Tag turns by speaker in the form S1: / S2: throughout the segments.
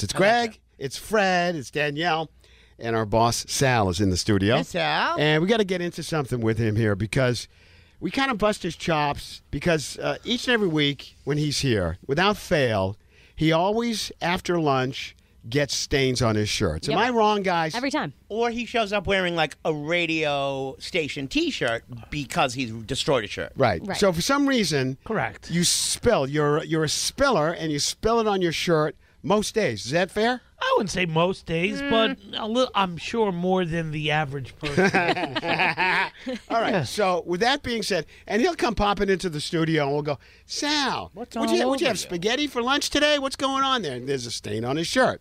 S1: It's Greg, it's Fred, it's Danielle, and our boss Sal is in the studio.
S2: Hey, Sal.
S1: And we got to get into something with him here because we kind of bust his chops because uh, each and every week when he's here, without fail, he always after lunch gets stains on his shirts. Am
S3: Yep.
S1: I wrong, guys?
S3: Every time.
S2: Or he shows up wearing like a radio station T-shirt because he's destroyed a shirt.
S1: Right.
S3: Right.
S1: So for some reason,
S4: Correct.
S1: You spill. You're you're a spiller, and you spill it on your shirt most days. Is that fair?
S4: I wouldn't say most days,
S2: Mm.
S4: but a little, I'm sure more than the average person.
S1: All right. So with that being said, and he'll come popping into the studio, and we'll go, Sal,
S2: What's
S1: would you,
S2: all
S1: would you
S2: over
S1: have
S2: you?"
S1: spaghetti for lunch today? What's going on there? And there's a stain on his shirt.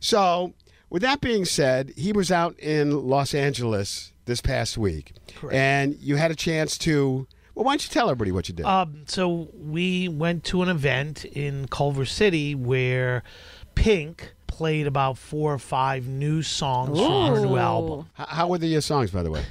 S1: So with that being said, he was out in Los Angeles this past week, and you had a chance to. Well, why don't you tell everybody what you did?
S4: um, so we went to an event in Culver City where Pink played about four or five new songs from her new album.
S1: H- how were the uh, songs, by the way?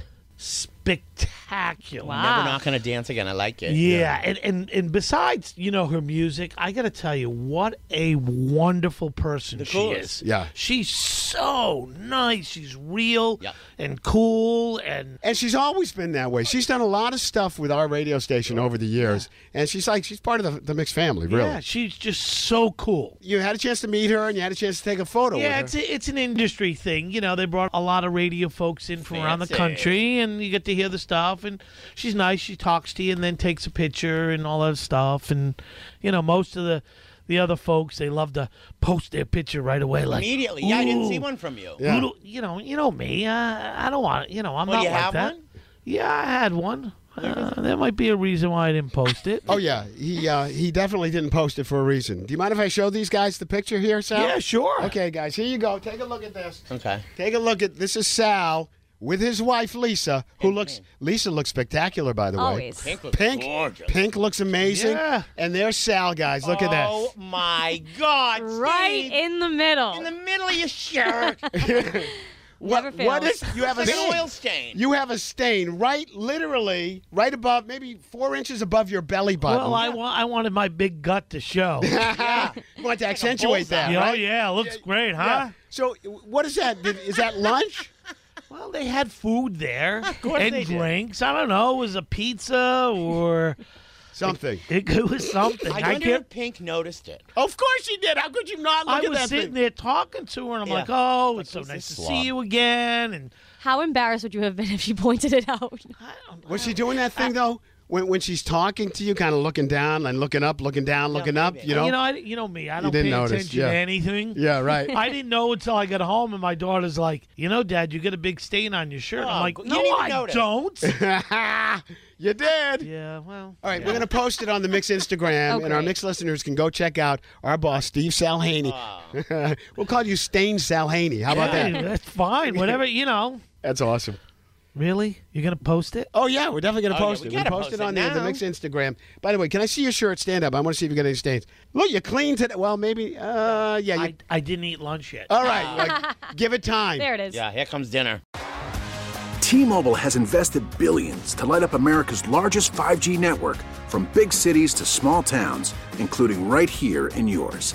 S4: Spectacular.
S2: Never not gonna dance again. I like it.
S4: Yeah, And, and and besides, you know, her music, I got to tell you, what a wonderful person she
S2: coolest.
S4: is.
S1: Yeah.
S4: she's so nice. She's real
S2: Yeah.
S4: and cool, and
S1: And she's always been that way. She's done a lot of stuff with our radio station over the years, and she's like she's part of the, the mixed family, really.
S4: yeah, she's just so cool.
S1: You had a chance to meet her, and you had a chance to take a photo. with
S4: Yeah,
S1: her.
S4: it's a, it's an industry thing. You know, they brought a lot of radio folks in from around the
S2: Fancy.
S4: country, and you get to hear the stuff. And she's nice. She talks to you, and then takes a picture and all that stuff. And you know, most of the the other folks they love to post their picture right away, like
S2: Immediately. Yeah, I didn't see
S4: "Ooh,
S2: one from you.
S1: Yeah.
S4: Who do- you know, you know me. Uh, I don't want. You know, I'm
S2: Well,
S4: not
S2: Oh, you
S4: like
S2: have
S4: that.
S2: one?
S4: Yeah, I had one. Uh, there might be a reason why I didn't post it.
S1: Oh yeah, he uh, he definitely didn't post it for a reason. Do you mind if I show these guys the picture here, Sal?
S4: Yeah, sure.
S1: Okay, guys, here you go. Take a look at this.
S2: Okay.
S1: Take a look at this is Sal with his wife Lisa, who looks Lisa looks spectacular by the
S3: Always.
S1: way.
S2: Pink looks
S1: Pink,
S2: gorgeous.
S1: Pink looks amazing.
S4: Yeah.
S1: And there's Sal, guys. Look at that.
S2: Oh my God!
S3: Right
S2: Steve,
S3: in the middle.
S2: in the middle of your shirt.
S1: What,
S3: Never
S1: what is
S3: fails.
S1: you have a
S2: Like an
S1: stain.
S2: oil stain.
S1: You have a stain right, literally, right above, maybe four inches above your belly button.
S4: Well, I want I wanted my big gut to show.
S1: You want to accentuate that,
S4: Yeah, Oh
S1: right?
S4: yeah, looks great, huh?
S1: Yeah. So, what is that? Did- Is that lunch?
S4: Well, they had food there
S2: course
S4: and
S2: they did.
S4: drinks. I don't know, it was a pizza or
S1: Something.
S4: it, it was something.
S2: I
S4: I,
S2: wonder
S4: can't.
S2: if Pink noticed it.
S1: Of course you did. How could you not look
S4: I
S1: at
S4: was
S1: that
S4: sitting
S1: thing?
S4: there talking to her, and I'm
S2: Yeah.
S4: like, "Oh, it's so
S2: who's
S4: nice to
S2: this
S4: see
S2: slob?
S4: you again." And
S3: How embarrassed would you have been if she pointed it out?
S1: Was she doing that thing though? When, when she's talking to you, kind of looking down and looking up, looking down, looking up, you know?
S4: you know, I, you know me. I don't
S1: didn't
S4: pay
S1: notice,
S4: attention
S1: yeah.
S4: to anything.
S1: yeah, right.
S4: I didn't know until I got home, and my daughter's like, "You know, Dad, you got a big stain on your shirt." I'm
S2: Oh,
S4: like,
S2: you
S4: "No,
S2: didn't even
S4: I
S2: notice."
S4: don't."
S1: you did.
S4: yeah, well.
S1: All right, we're going to post it on the Mix Instagram,
S3: Oh,
S1: and our
S3: great.
S1: Mix listeners can go check out our boss, Steve Salhaney. we'll call you Stained Salhaney. How about
S4: Hey,
S1: that?
S4: that's fine. Whatever you know.
S1: That's awesome.
S4: Really, you're gonna post it?
S1: Oh, yeah, we're definitely going to
S2: Oh, yeah,
S1: post
S2: we
S1: it. We'll
S2: gotta
S1: post
S2: post
S1: it
S2: it
S1: on the, the
S2: now.
S1: Mix Instagram. By the way, can I see your shirt stand up? I want to see if you got any stains. Look, you're clean today. Well, maybe. Uh, yeah. You,
S4: I, I didn't eat lunch yet.
S1: all right, like, give it time.
S3: There it is.
S2: Yeah, here comes dinner.
S5: T-Mobile has invested billions to light up America's largest 5G network from big cities to small towns, including right here in yours.